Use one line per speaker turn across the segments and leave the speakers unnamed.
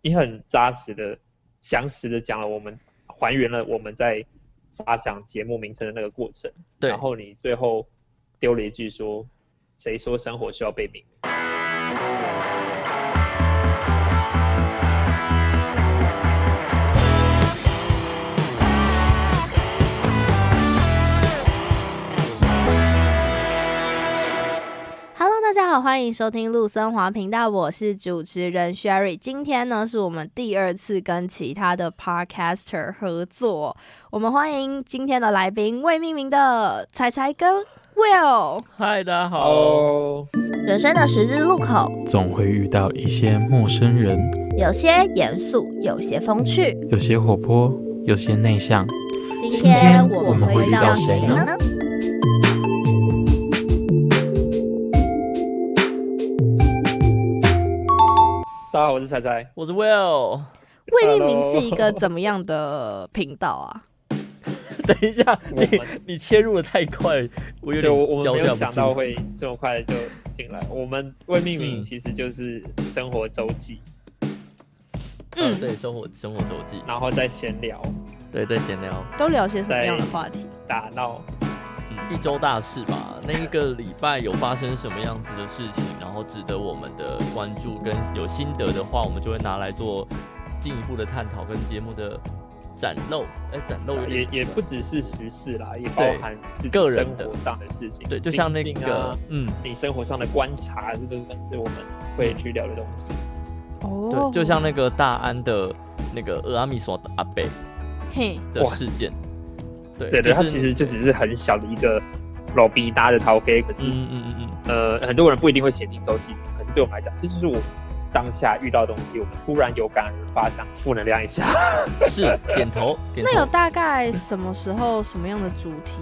你很扎实的、详实的讲了我们还原了我们在发想节目名称的那个过程，
对
然后你最后丢了一句说：“谁说生活需要被命名
？Hello，大家好，欢迎收听陆森华频道，我是主持人 Sherry。今天呢，是我们第二次跟其他的 Podcaster 合作，我们欢迎今天的来宾未命名的彩彩跟 Will。
嗨，大家？”好。
哦，
人生的十字路口，
总会遇到一些陌生人，
有些严肃，有些风趣。
有些活泼，有些内向。
今
天我们会遇到谁呢？
大家好，我是彩 彩。
我是 Will。
未命名是一个
Hello
怎么样的频道啊？
等一下，
我
你
们
你切入的太快，我有
对，我
点
我
焦
们没有
点
想
不
到
住。
会这么快就进来。我们未命名
嗯
其实就是生活周记，
嗯，
嗯，
对，生活生活周记，
然后再闲聊、
对，在闲聊，
都聊些什么样的话题？
打闹，
嗯一周大事吧。那一个礼拜有发生什么样子的事情，然后值得我们的关注跟有心得的话，我们就会拿来做进一步的探讨跟节目的展露。哎，展露有
也
点
啊
奇
也
怪
不只是时事啦，也包
对
含自己
个人
生
的
活上的事情。
对，就像那
心境
个、
啊
嗯。
你生活上的观察，这都算是我们会去聊的东西。
哦
对，就像那个大安的那个俄阿米索的阿贝
嘿，
的
哇
事件，对
对对，
就是
它其实就只是很小的一个老逼搭的陶杯，可是、
嗯嗯嗯
呃，很多人不一定会写进周记，可是对我们来讲，这就是我当下遇到的东西，我们突然有感而发，想负能量一下。
嗯， 是 点头点
那有
头。
大概什么时候、什么样的主题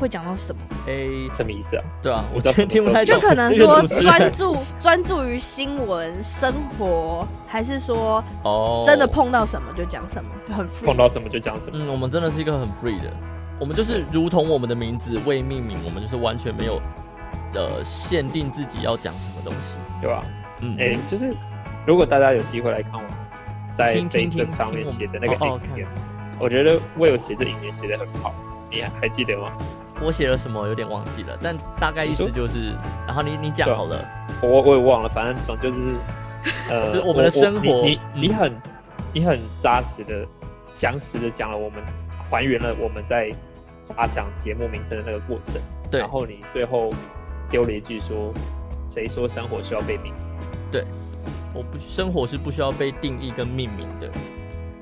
会讲到什么？
诶，
什么意思啊？
对啊，
什
我
么叫
觉得听不太
什
懂
就
么。
可能
这个
说
主持人
专注专注于新闻、生活，还是说
哦，
真的。碰到什么就讲什么，就很
碰
free。
到什么就讲什么。
嗯，我们真的是一个很 free 的，我们就是如同我们的名字未命名，我们就是完全没有呃限定自己要讲什么东西。
对吧？
嗯，
哎、就是如果大家有机会来看我在
听听听
Facebook 上面写的那个
听我们哦
影片，我觉得 Will 写这影片写的很好，你还还记得吗？
我写了什么有点忘记了，但大概意思
你说
就是，然后你你讲
对啊
好了，
我我也忘了，反正总 就是，呃，
就是我们的生活
你
嗯
你你很你很扎实的、详实的讲了我们还原了我们在发想节目名称的那个过程，
对
然，后你最后丢了一句说，谁说生活需要被命名？
我不生活是不需要被定义跟命名的。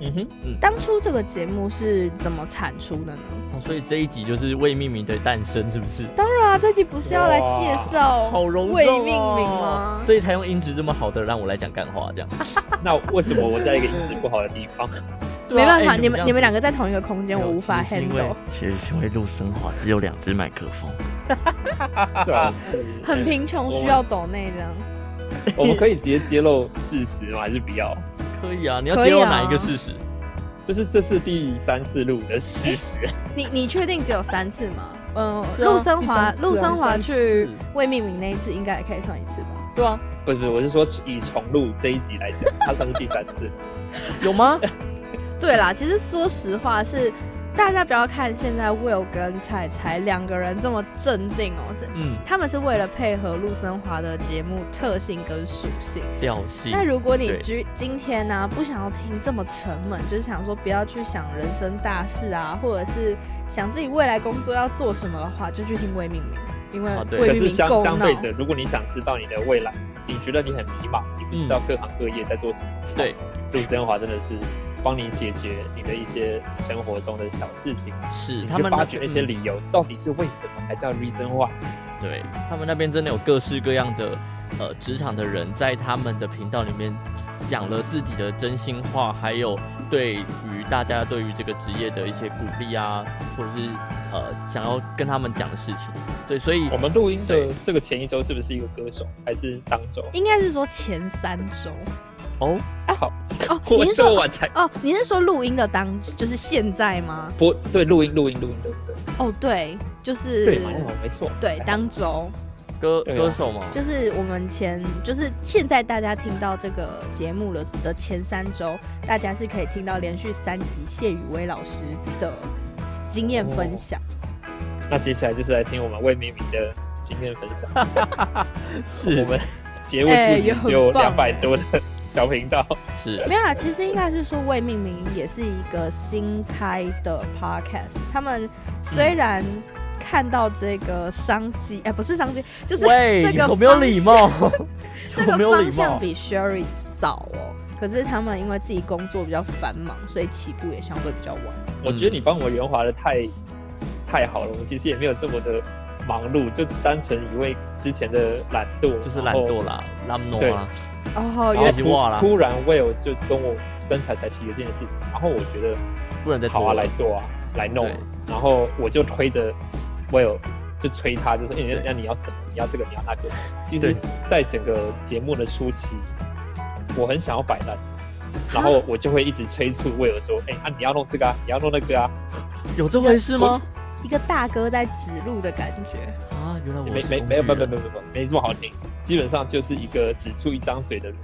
嗯哼，
当初这个节目是怎么产出的呢？
哦，所以这一集就是未命名的诞生，是不是？
当然啊，这集不是要来介绍
好隆重、哦，
未命名吗？
所以才用音质这么好的让我来讲干话，这样。
那为什么我在一个音质不好的地 方？
啊
没办法，啊哎你
哎这
们
样
你们
子
两个在同一个空间，
没有
我无法
其实是因为
handle，
其实是因为陆森华只有两只麦克风，
最好是
很贫穷，需要抖内这样。
我们可以直接揭露事实吗？还是不要？
可以啊。你要
可以啊
揭露哪一个事实？
就是这是第三次录的事 实，
你你确定只有三次吗？嗯，
是啊
陆生华
第三次啊
陆生华
第三
去
次
未命名那一次，应该也可以算一次吧？
对啊，
不是不是，我是说以重录这一集来讲，它算是第三次。
有吗？
对啦，其实说实话是，大家不要看现在 Will 跟彩彩两个人这么镇定哦，这
嗯，
他们是为了配合陆生华的节目特性跟属性。
调性。
那如果你
嗯对
今今天呢、不想要听这么沉闷，就是想说不要去想人生大事啊，或者是想自己未来工作要做什么的话，就去听未命名，因为
啊对
未
可
命
是
名
相
够
相
闹。
对着，如果你想知道你的未来，你觉得你很迷茫，你不知道各行各业在做什么，
对，
陆振华真的是帮你解决你的一些生活中的小事情，
是
你
他
去
们
发掘那些
里，
理由，到底是为什么才叫 reason why？
对他们那边真的有各式各样的呃职场的人，在他们的频道里面讲了自己的真心话，还有对于大家对于这个职业的一些鼓励啊，或者是呃想要跟他们讲的事情。对，所以
我们录音的
对
这个前一周是不是一个歌手，还是当周？
应该是说前三周
哦，
哦
。我
你是
这
说
晚才
哦？你是说录音的当就是现在吗？
播，对，录音录音录音录音。录音
哦，对，就是
对嘛，哦没错，
对当周。
歌
对啊
歌手嘛，
就是我们前，就是现在大家听到这个节目了的前三周，大家是可以听到连续三集谢雨薇老师的经验分享。
那接下来就是来听我们魏敏敏的经验分享。
是
我们节目
哎
数据
也很
只有
棒
两
哎
百多的小频道，
是
没有啦，其实应该是说未命名也是一个新开的 podcast，他们虽然看到这个商机，哎、不是商机，就是
嗯喂，
这个
有没有礼貌？
这
有
个
没有
方
礼
向
貌？
比 Sherry 早哦。可是他们因为自己工作比较繁忙，所以起步也相对比较晚。
我觉得你帮我圆滑的太太好了。我其实也没有这么的忙碌，就单纯因为之前的懒惰，
就是
然
懒
后
惰啦，懒惰
对
啊，
哦，
然
原
后
已经
突
忘了
突然 Will 就跟我跟彩彩提了这件事情，然后我觉得
不能再
好
拖
啊，
了
来。做啊，来弄啊
对。
然后我就推着 Will 就催他，就说：“哎、
对
那你要什么？你要这个，你要那 个。”其
对
实，在整个节目的初期，我很想要摆烂，然后我就会一直催促 Will 说：“哎、啊，你要弄这个啊，你要弄那个啊。
有这回事吗？
一个大哥在指路的感觉。
啊，原来我
没”
是
没
工
没有
具
没有没有
人
没有没有没这么好听，基本上就是一个只出一张嘴的人。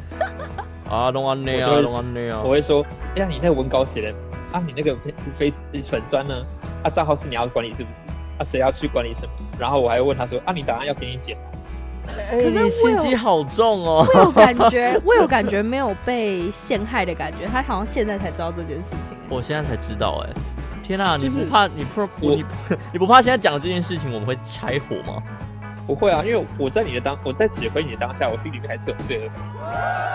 啊，弄完那啊，
我就会
弄完那啊
我，会说：“哎、呀，你那个文稿写的啊，你那个 face 呃粉砖呢？啊，账号是你要管理是不是？啊，谁要去管理什么？”然后我还会问他说：“啊，你档案要给你剪吗？”
哎
可是
你心
Will-
机好重 哦。
我有感 觉，我有感觉没有被陷害的感觉，他好像现在才知道这件事情。
我现在才知道，哎，天啊，你
就是
不怕你不
我
你 不你不怕现在讲的这件事情我们会拆火吗？
不会啊，因为我在你的当，我在指挥你的当下，我心里面还是有罪恶感。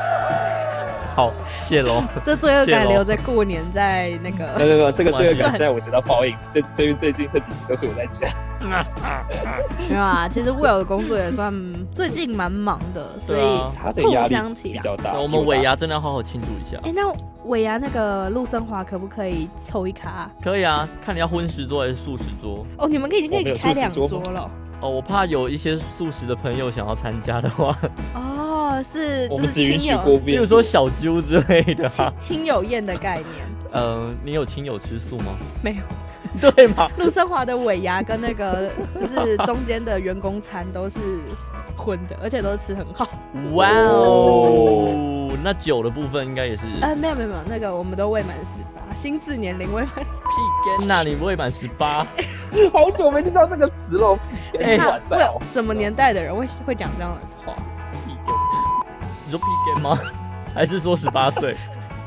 好，谢喽。
这罪恶
谢
感
咯
留在过年，在那
没
个
有没有，这个罪恶感
哇
现在我得到报应。最最最近这几集都是我在讲。
没有啊。其实 Will 的工作也算最近蛮忙的，所
对
以
啊，
他的
互
压
相
力
体
比
谅
较大。
那我们
有吧
尾牙真的要好好庆祝一下
哎、。那尾牙那个陆生华可不可以凑一卡啊、
可以啊，看你要荤食桌还是素食桌。
哦，你们可以已经可
我们
以
有
开
素食
两
桌
桌
吗
了。
哦，我怕有一些素食的朋友想要参加的话，
哦，是
我
就
们
是
只允
亲
许锅
友
比
边，
如说小揪之类的、啊
亲。亲友宴的概念，
嗯、你有亲友吃素吗？
没有。
对嘛？
陆生华的尾牙跟那个就是中间的员工餐都是混的，而且都是吃很 好。
哇哦，那酒的部分应该也是。
呃，没有没有没有，那个我们都未满十八，心智年龄未满十
屁根呐，你未满十八，
好久没听到这个词了。
哎
完
八。
蛋
那
哦
为什么年代的人会会讲这样的话？
屁颠
你说屁根吗？ 还是说十八岁？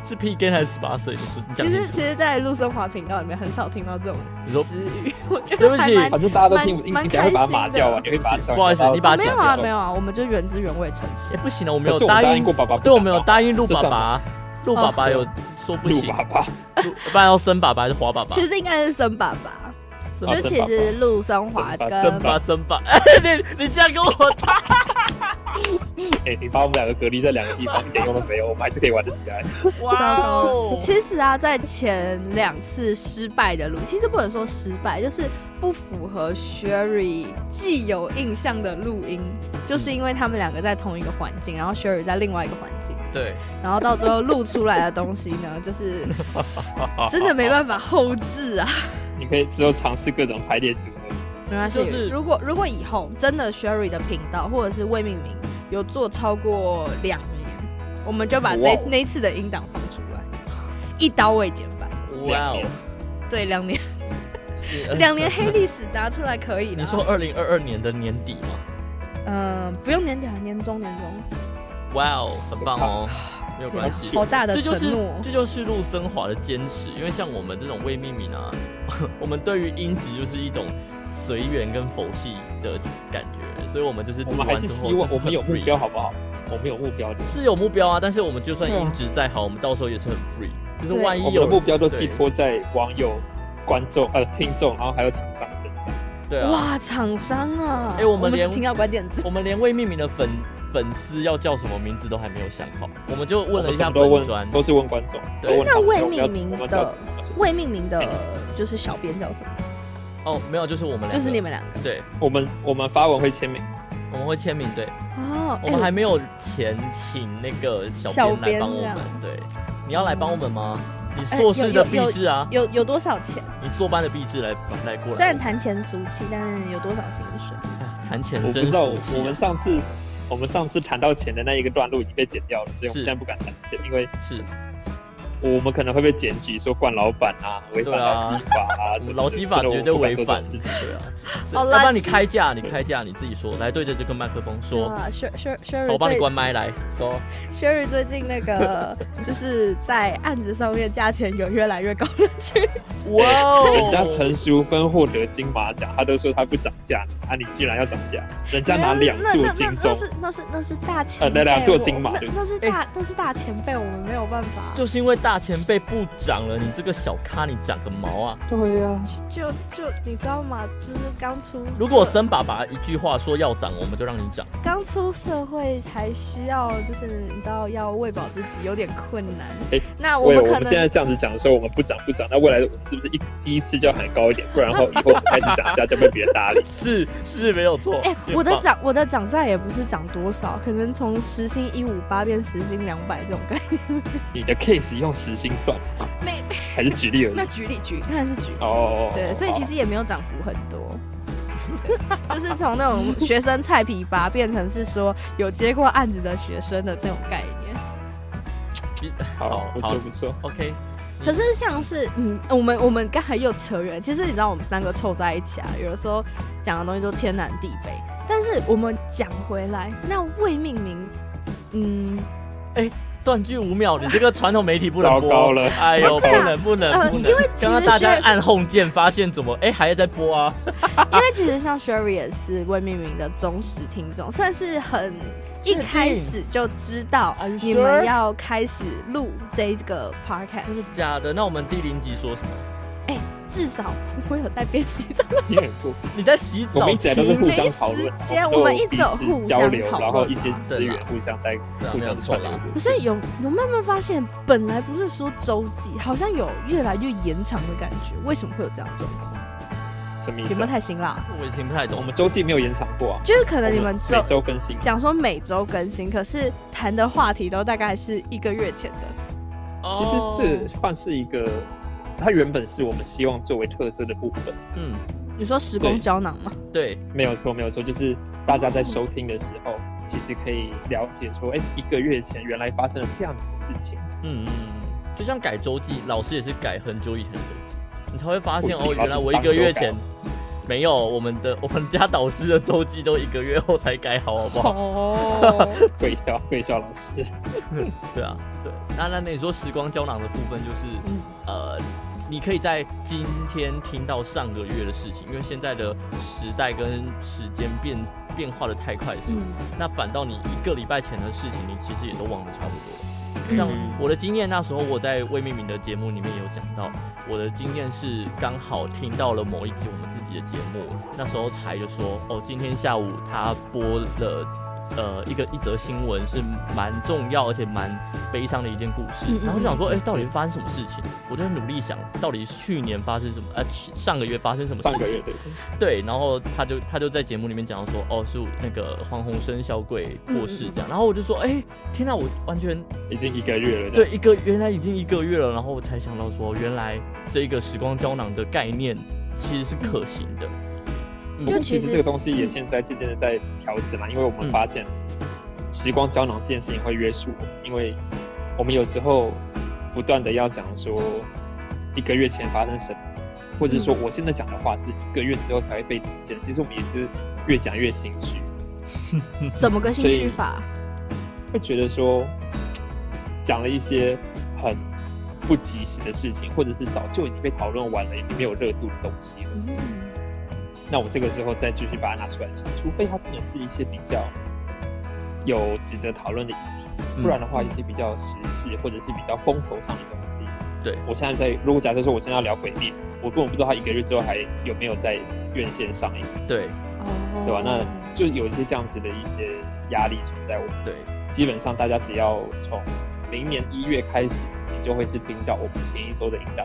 是屁根还是十八岁？你说你讲
其
清
实
楚。
其实，在陆生华频道里面很少听到这种
你说
词语， 我觉
对
得
不
还
起
蛮
反正大家都听不，
蛮
你
哎蛮
你等下会把它
开心
码掉
的
啊，你会把它消掉。
不好意思你把它
没
剪
有
掉
啊，
了
没有啊，我们就原汁原味呈现。
哎不行了，我没
可
有
是我
答
答
应
应过，爸爸，
对我没有答应陆爸爸，陆爸爸
哦
有说不
陆
行，
爸爸。
陆不然要生爸爸还是华 爸爸？
其实应该是生爸爸，
生
就
啊
是其实呃陆生华
生爸
跟
爸
生吧生吧，哎， 你你这 样跟我打，
哎，你把我们两个隔离在两个地方，一点用都没有，我们还是可以玩得起来。
哇哦！
其实啊，在前两次失败的路，其实不能说失败，就是不符合 Sherry 既有印象的录音，就是因为他们两个在同一个环境，然后 Sherry 在另外一个环境，
对，
然后到最后录出来的东西呢， 就是真的没办法后置啊。
你可以之后尝试各种排列组合。
没关系，
就是
如果如果以后真的 Sherry 的频道或者是未命名有做超过两年，我们就把
哇
那
哦
那一次的音档放出来，一刀未剪版。
哇哦！
对，两 年，
你呃
两年黑历史拿出来可以啦
你说，二零二二年的年底吗？
嗯、不用年底啊，年终，年终，
哇哦，很棒哦，没有关系。
好大的
这
承
就是
诺。
这就是陆森华的坚持，因为像我们这种未命名啊， 我们对于音质就是一种随缘跟佛系的感觉，所以我们就是
我
读
们还
完
是
之后
希望
就是
我们有目
很 free
标，好不好？我们有目标的，
是有目标啊，但是我们就算
对啊
音质再好，我们到时候也是很 free，就
嗯
是
对
万一
我们
有
的目标都寄
对
托在网友、观众、呃听众，然后还有厂商身上。
对啊，
哇，厂商啊！
哎我们
们只
连
听到关键字，
我们连未命名的粉粉丝要叫什么名字都还没有想好，我们就问了一下
我们什么都
粉
问，
砖，
都是问观众。
对
都问
那
他们
未
我们要
命名
我们
的
叫什么就是
未命名 的，就是小编叫什么？
哦，没有，就是我们两个
就是你们两个
对，
我们我们发文会签名，
我们会签名，对，
哦。
我
哎
们还没有钱请那个小
小
编来
编
帮我
这样
们，对，你要来帮我们吗？你硕士的
哎
币
有有
制啊，
有有多少钱？
你硕班的币制来来过来。
虽然谈钱俗气，但是有多少薪水？
哎谈
我
钱
不
真
知道，
俗
我
气
我们
啊，
上次我们上次谈到钱的那一个段落已经被剪掉了，所以我们
是
现在不敢谈钱，因为
是
我们可能会被检举说惯老板啊，违反
对啊
劳基法啊，怎么
劳基法
真的
绝对
我不敢
违
做这
反
种，事情
对啊。是
好
要
垃圾
不然你开价，你开价，你自己说，来对着这个麦克风说，
啊，Sher Sher
好
Sherry
我帮你
最
关麦来 说。
Sherry 最近 那个就是在案子上面价钱有越来越高的 趋势。
哇哦
人家陈淑芬获得金马奖，他都说他不涨价，啊，你竟然要涨价？人家拿两座金钟
啊那，那那那是那是那是大前
呃
辈
那
我，
两座金马
那
对不起
那是大那是大前辈，我们没有办法。
就是因为大前辈不涨了，你这个小咖你涨个毛啊！
对呀，
就就你知道吗？就是刚出社
如果森爸爸一句话说要涨，我们就让你涨。
刚出社会才需要，就是你知道要喂饱自己有点困难。
哎
那我
为
们
我
可
们现在
能
这样子讲的时候，我们不涨不涨，那未来我们是不是一第一次就要喊高一点？不然后以后我们开始涨价就被别人搭理。
是是没有错。
哎、
很
我的
棒
涨我的涨价也不是涨多少，可能从时薪一五八变时薪两百这种概念。
你的 case 用时薪算吗，
没
还是举例而已
那？举例举，当然是举例。
哦，
对，所以其
实
实也没有涨幅很多。对就是从那种学生菜皮吧变成是说有接过案子的学生的那种概念。
好，不
好
错不错。
OK，
可是像是嗯，我们我们刚才又扯远，其实你知道我们三个凑在一起啊，有的时候讲的东西都天南地北。但是我们讲回来，那未命名，嗯，
断句五秒，你这个传统媒体不能
糟
播。
糕了
哎呦，
不
不
是啊
能不
呃
能不能！
因为其实
刚刚大家
是
按 home 键，发现怎么哎还在播啊？
因为其实像 Sherry 也是未命名的忠实听众，算是很一
确定
开始就知道
Are you
你们
sure？
要开始录这个 podcast，
真的假的？那我们第零集说什么？
至少我有在编辑 这个
你很酷，
你在洗
我
澡
们一直以来都是互相讨
没
论
时间，我
都
们一直有
彼此
互相
交流，
讨论
然后一
嘛
些资
对
源
啦
互相在
对啊
互
没有
相
错
串
啦
流。
可是有有慢慢发现，本来不是说周记，好像有越来越延长的感觉，为什么会有这样的状况？
什么意
有没
思
有
啊？
太辛辣？
我也听不太
我
懂。
们周记没有延长过啊，
就是可能你们周
每周更新。
讲说每周更新，可是谈的话题都大概是一个月前的，
其实
哦
这算是一个，它原本是我们希望作为特色的部分，
嗯，
你说时
对
空胶囊吗？
对，
没有错，没有错，就是大家在收听的时候，其实可以了解说，哎，一个月前原来发生了这样子的事情，
嗯嗯嗯，就像改周记，老师也是改很久以前的周记，你才会发现
我以
哦，
为
原来我一个月前没有我们的我们家导师的周记都一个月后才改 好，好 不好？
哦，
贵校贵校啊老师，
对啊，对。那那你说时光胶囊的部分就是，
嗯
呃，你可以在今天听到上个月的事情，因为现在的时代跟时间变变化的太快速，
嗯，
那反倒你一个礼拜前的事情，你其实也都忘得差不多了。像
嗯
我的经验，那时候我在未命名的节目里面有讲到，我的经验是刚好听到了某一集我们自己的节目，那时候才就说，哦，今天下午他播了。呃，一个一则新闻是蛮重要而且蛮悲伤的一件故事，
嗯嗯
然后就想说，哎、到底发生什么事情？我就在努力想到底是去年发生什么，呃，去上个月发生什么事情？
上个月对，
对，然后他就他就在节目里面讲到说，哦，是那个黄鸿升小鬼过
嗯
世这样，然后我就说，哎，天呐，我完全
已经一个月了，
对，一个原来已经一个月了，然后我才想到说，原来这个时光胶囊的概念其实是可行的，
不
就
过嗯
其
其
实嗯
实这个东西也现在渐渐的在调整了，因为我们发现时光胶囊这件事情会约束我们，因为我们有时候不断的要讲说一个月前发生什么，或者说我现在讲的话是一个月之后才会被听见，其实我们也是越讲越心虚，
怎么个兴
所
趣
以
法？
会觉得说讲了一些很不及时的事情，或者是早就已经被讨论完了，已经没有热度的东西了。
嗯
那我这个时候再继续把它拿出来讲，除非它真的是一些比较有值得讨论的议题，不然的话，一些比较时事或者是比较风头上的东西，
对
我现在在，如果假设说我现在要聊鬼灭，我根本不知道它一个月之后还有没有在院线上映，
对
哦，
对吧？那就有一些这样子的一些压力存在。我们
对，
基本上大家只要从明年一月开始，你就会是听到我们前一周的引导。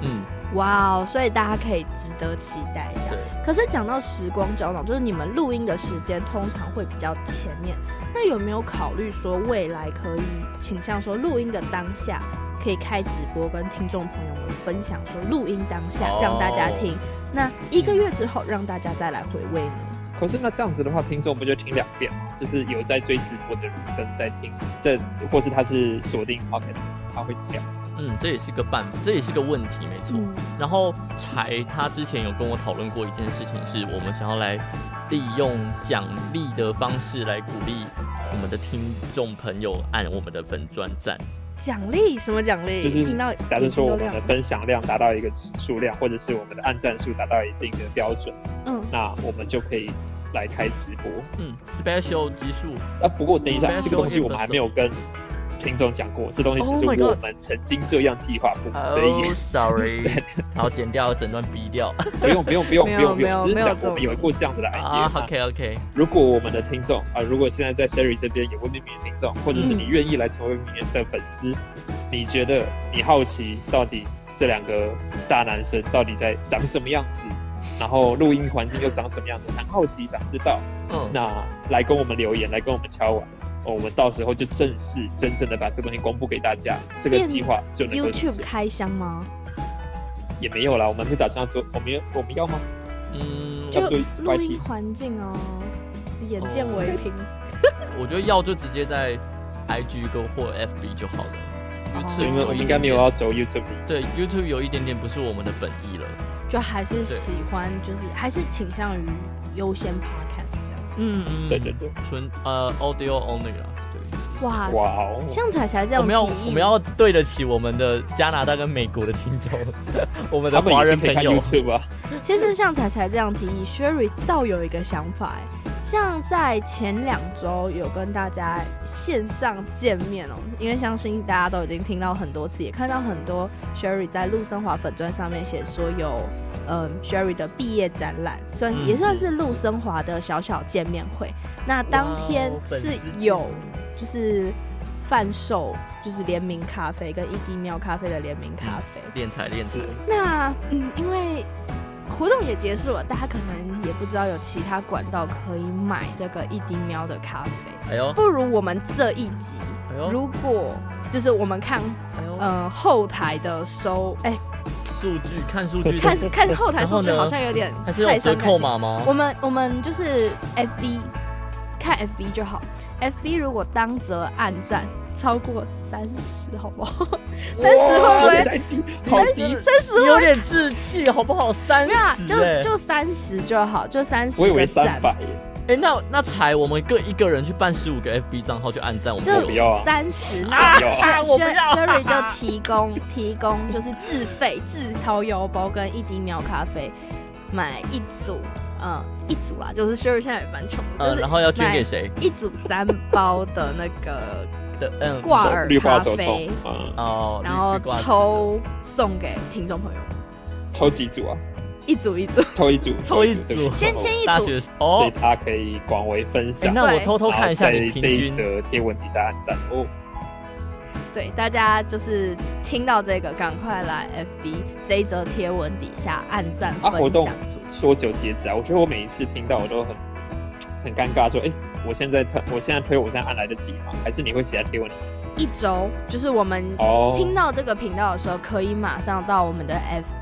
嗯，
哇哦，所以大家可以值得期待一下。
对，
可是讲到时光胶囊，就是你们录音的时间通常会比较前面，那有没有考虑说未来可以倾向说录音的当下可以开直播跟听众朋友们分享，说录音当下
哦
让大家听，那一个月之后让大家再来回味呢？
可是那这样子的话，听众不就听两遍吗？就是有在追直播的人跟在听这，或是他是锁 定 Pocket，他会听两遍。
嗯，这也是个办，这也是个问题，没错。
嗯
然后柴他之前有跟我讨论过一件事情，是我们想要来利用奖励的方式来鼓励我们的听众朋友按我们的粉专赞。
奖励什么奖励？
就是
听到
假设说我们的
眼睛都亮了
分享量达到一个数量，或者是我们的按赞数达到一定的标准，
嗯，
那我们就可以来开直播。
嗯，special 集数，
啊，不过等一下，
Special
这个东西我们还没有跟听众讲过，这东西只
Oh my
是
God
我们曾经这样计划过，所
哦
以
，sorry，好，剪掉整段逼掉
不用不用不用
没有
不用不
没有
用，只是
没有
讲
这
我
种
们有过这样子的 idea
啊。。OK OK，
如果我们的听众啊，如果现在在 Sherry 这边有未命名的听众，或者是你愿意来成为未命名的粉丝，你觉得你好奇到底这两个大男生到底在长什么样子，然后录音环境又长什么样子，很好奇想知道，
嗯，
那来跟我们留言，来跟我们敲碗。哦我们到时候就正式、真正的把这东西公布给大家，这个
变
计划就能够实
YouTube
现
开箱吗？
也没有啦，我们是打算要做，我们要我们要吗？
嗯，
就
要做
录
YT
音环境哦，眼见为凭。
我觉得要就直接在 IG 跟或 FB 就好了。
哦
所以
YouTube
我
有
们
一
应
点
该没有
点
要走 YouTube
对 YouTube 有一点点不是我们的本意了。
就还是喜欢，就是还是倾向于优先 podcast 这样。
嗯，
对对对，
纯呃 audio only 啦，对。
哇，
哇哦！
像彩彩这
我
样
们要
提议
我们要对得起我们的加拿大跟美国的听众， 我们的
他们
华
也是
人
可以
朋
看
友。
YouTube 啊，
其实像彩彩这样提议，Sherry 倒有一个想法哎，像在前两周有跟大家线上见面哦，因为相信大家都已经听到很多次，也看到很多 Sherry 在陆生华粉砖上面写说有嗯 Sherry 的毕业展览，算是、
嗯
也算是陆生华的小小见面会。那当天
哇哦粉丝
是
见
有就是贩售就是联名咖啡跟一滴喵咖啡的联名咖啡，
练财练财，
那嗯，因为活动也结束了，大家可能也不知道有其他管道可以买这个一滴喵的咖啡，
哎呦
不如我们这一集，
哎呦
如果就是我们看
哎呦，
呃后台的收，哎、
数据看数据
看
的，
看后台
然后
数据
呢
好像有点
还是有
太
折
伤感
扣
情。
码吗
我？们我们就是 FB 看 FB 就好，FB 如果当则暗赞超过三十，好不好？ 三十会不
哇
会
太低好低
三十
你有点志气好不好？三
没有啊，
十哎
就，就三十就好，就三十。
我以为三百，
哎那那财我们各一个人去办十五个 FB 账号去按赞，我们
就
不要啊
三十，那
啊不要啊
薛
我不要啊
Sherry 就提供 提供就是自费自掏腰包跟一滴秒咖啡买一组，嗯，一组啦，就是 Sherry 现在也蛮穷的，就
嗯，
是
然后要捐
买
给谁
一组三包的那个
的？嗯，
挂耳
绿化
咖
手抽
啡，，
嗯，
哦，
然后
绿挂式的
抽送给听众朋友们，
抽几组啊？
一组一组，
抽一组，
抽一
对
组
不，起
先先一
哦大
组
学
所
哦
以，他可以广为分
哎
享。
那我
对
偷偷看一下你
然后
平
在这一
均
则贴文底下按赞哦，
对，大家就是听到这个，赶快来 FB 这一则贴文底下按赞
啊活
分
动
享出去。
多久截止啊？我觉得我每一次听到我都很很尴尬，说，哎，我现在推，我现在推，我现在按来得及吗？还是你会写在贴文里？
一周，就是我们
哦，
听到这个频道的时候，可以马上到我们的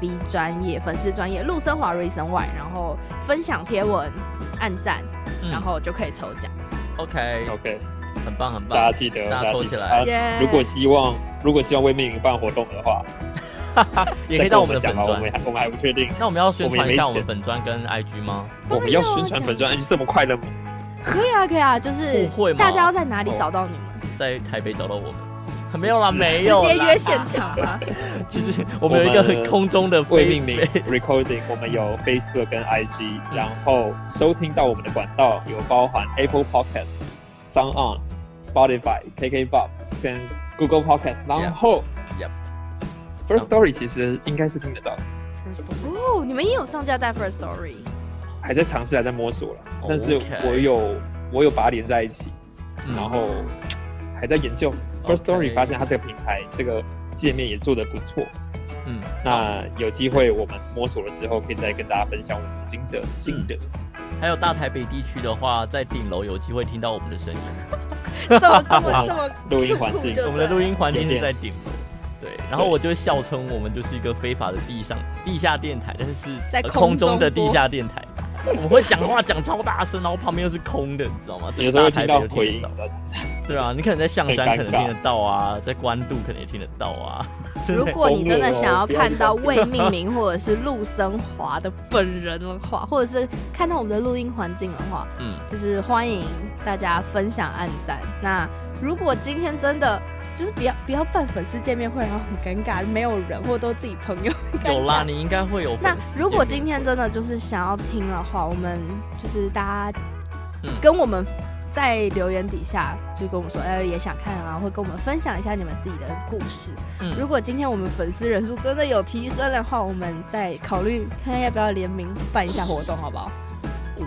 FB 专业粉丝专业陆生华 Reason Why，然后分享贴文、按赞，
嗯
然后就可以抽奖。
OK，
OK，
很棒很
大
棒
家，记得，
大家
大家
抽
记
起
得
来
啊
耶
如果希望，如果希望为命运办活动的话，
也可
再
以
跟
到我
我
们的粉
讲啊，我
砖
们。还我们还不确定，
那我们要宣传一下
我
我
们也没
们粉砖跟 IG 吗？
当然
我们要
要啊
宣传粉
讲
砖，哎这么快乐吗？
可以啊，可以啊，就是
互惠嘛
大家要在哪里找到你们？
在台北找到我们？没有啦，没
哦
有啦
直接约现场啊
哎啊
吧。
其实我们有一个空中的
未
飞
命名 recording，我们有 Facebook 跟 IG，然后收听到我们的管道有包含 Apple Podcast、Sound On、Spotify、KK Box 跟 Google Podcast，然后
Yep.
First Story 其实应该是听得到，
哦，你们也有上架在 First Story，
还在尝试，还在摸索了，但是
OK
我有我有把它连在一起，
嗯
然后还在研究 First Story，发现它这个平台这个界面也做得不错，
嗯，
那有机会我们摸索了之后，可以再跟大家分享我们经的心得。
嗯还有大台北地区的话，在顶楼有机会听到我们的声音。
这么这么这么
录音环境
酷就对了
我们的录音环境是在顶楼。对，然后我就笑称我们就是一个非法的地上地下电台，但是是
在
呃
空
空
中
中的地
播
下电台。我们会讲话讲超大声，然后旁边又是空的，你知道吗？整
有
个
时候
大
会听
台北
到
都
回
听
音
得到。对啊，你可能在象山可能听得到啊，在关渡可能也听得到啊。真
如
的
果你真的想要看到魏命名或者是陆森华的本人的话，或者是看到我们的录音环境的话，
嗯，
就是欢迎大家分享、按赞。那如果今天真的就是不要不要办粉丝见面会，然后很尴尬，没有人或都自己朋友很尴尬
有啦，。你应该会有
那
粉丝见面
如
会。
果今天真的就是想要听的话，我们就是大家
嗯
跟我们在留言底下就跟我们说，哎、也想看啊，会跟我们分享一下你们自己的故事。
嗯
如果今天我们粉丝人数真的有提升的话，我们再考虑看看要不要联名办一下活动，好不好？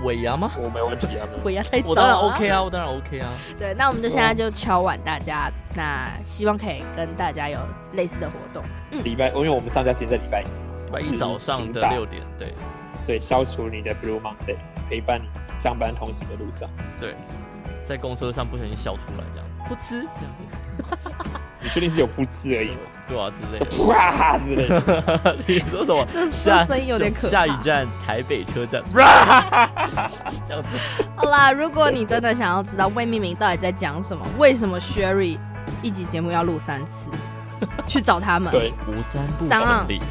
尾牙吗？
我没问题啊，没问题
不要太早
我 当然
了
OK 啊，我当然 OK 啊。
对，那我们就现在就敲碗大家，那希望可以跟大家有类似的活动。
礼拜，因为我们上架时间在礼拜一，
礼拜一早上
嗯
的六点，对
对，消除你的 Blue Monday，陪伴你上班通勤的路上。
对，在公车上不小心笑出来这样，噗嗤这样，
你确定是有不吃而已吗？
对啊之类的。
哇之类的，
你说什么？
这
下
这声音有点可怕
下一站台北 车站，哇这样子。
好啦，如果你真的想要知道魏命名到底在讲什么，为什么 Sherry 一集节目要录三 次，去找他们。
对，
吴三不
三啊
成立，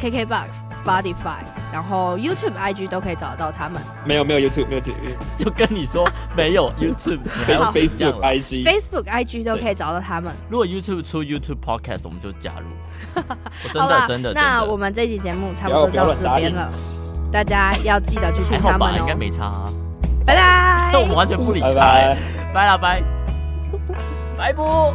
KKBox、Spotify，然后 YouTube、IG 都可以找得到他们。
没有没有 YouTube，没有 YouTube，
就跟你说没 有 YouTube，你还
没有
要怎样
Facebook、
啊
IG，
Facebook、IG 都可以找到他们。
如果 YouTube 出 YouTube Podcast，我们就 加入。我真
好啦
的真的，
那
真的
我们这期节目差
不要
多
不要
到
乱
这
答
边
应
了，大家要记得去听
还
他们
好吧，应该
哦。
没差啊。
拜拜
那我。们完全不理他
拜拜
欸，拜了拜，拜不。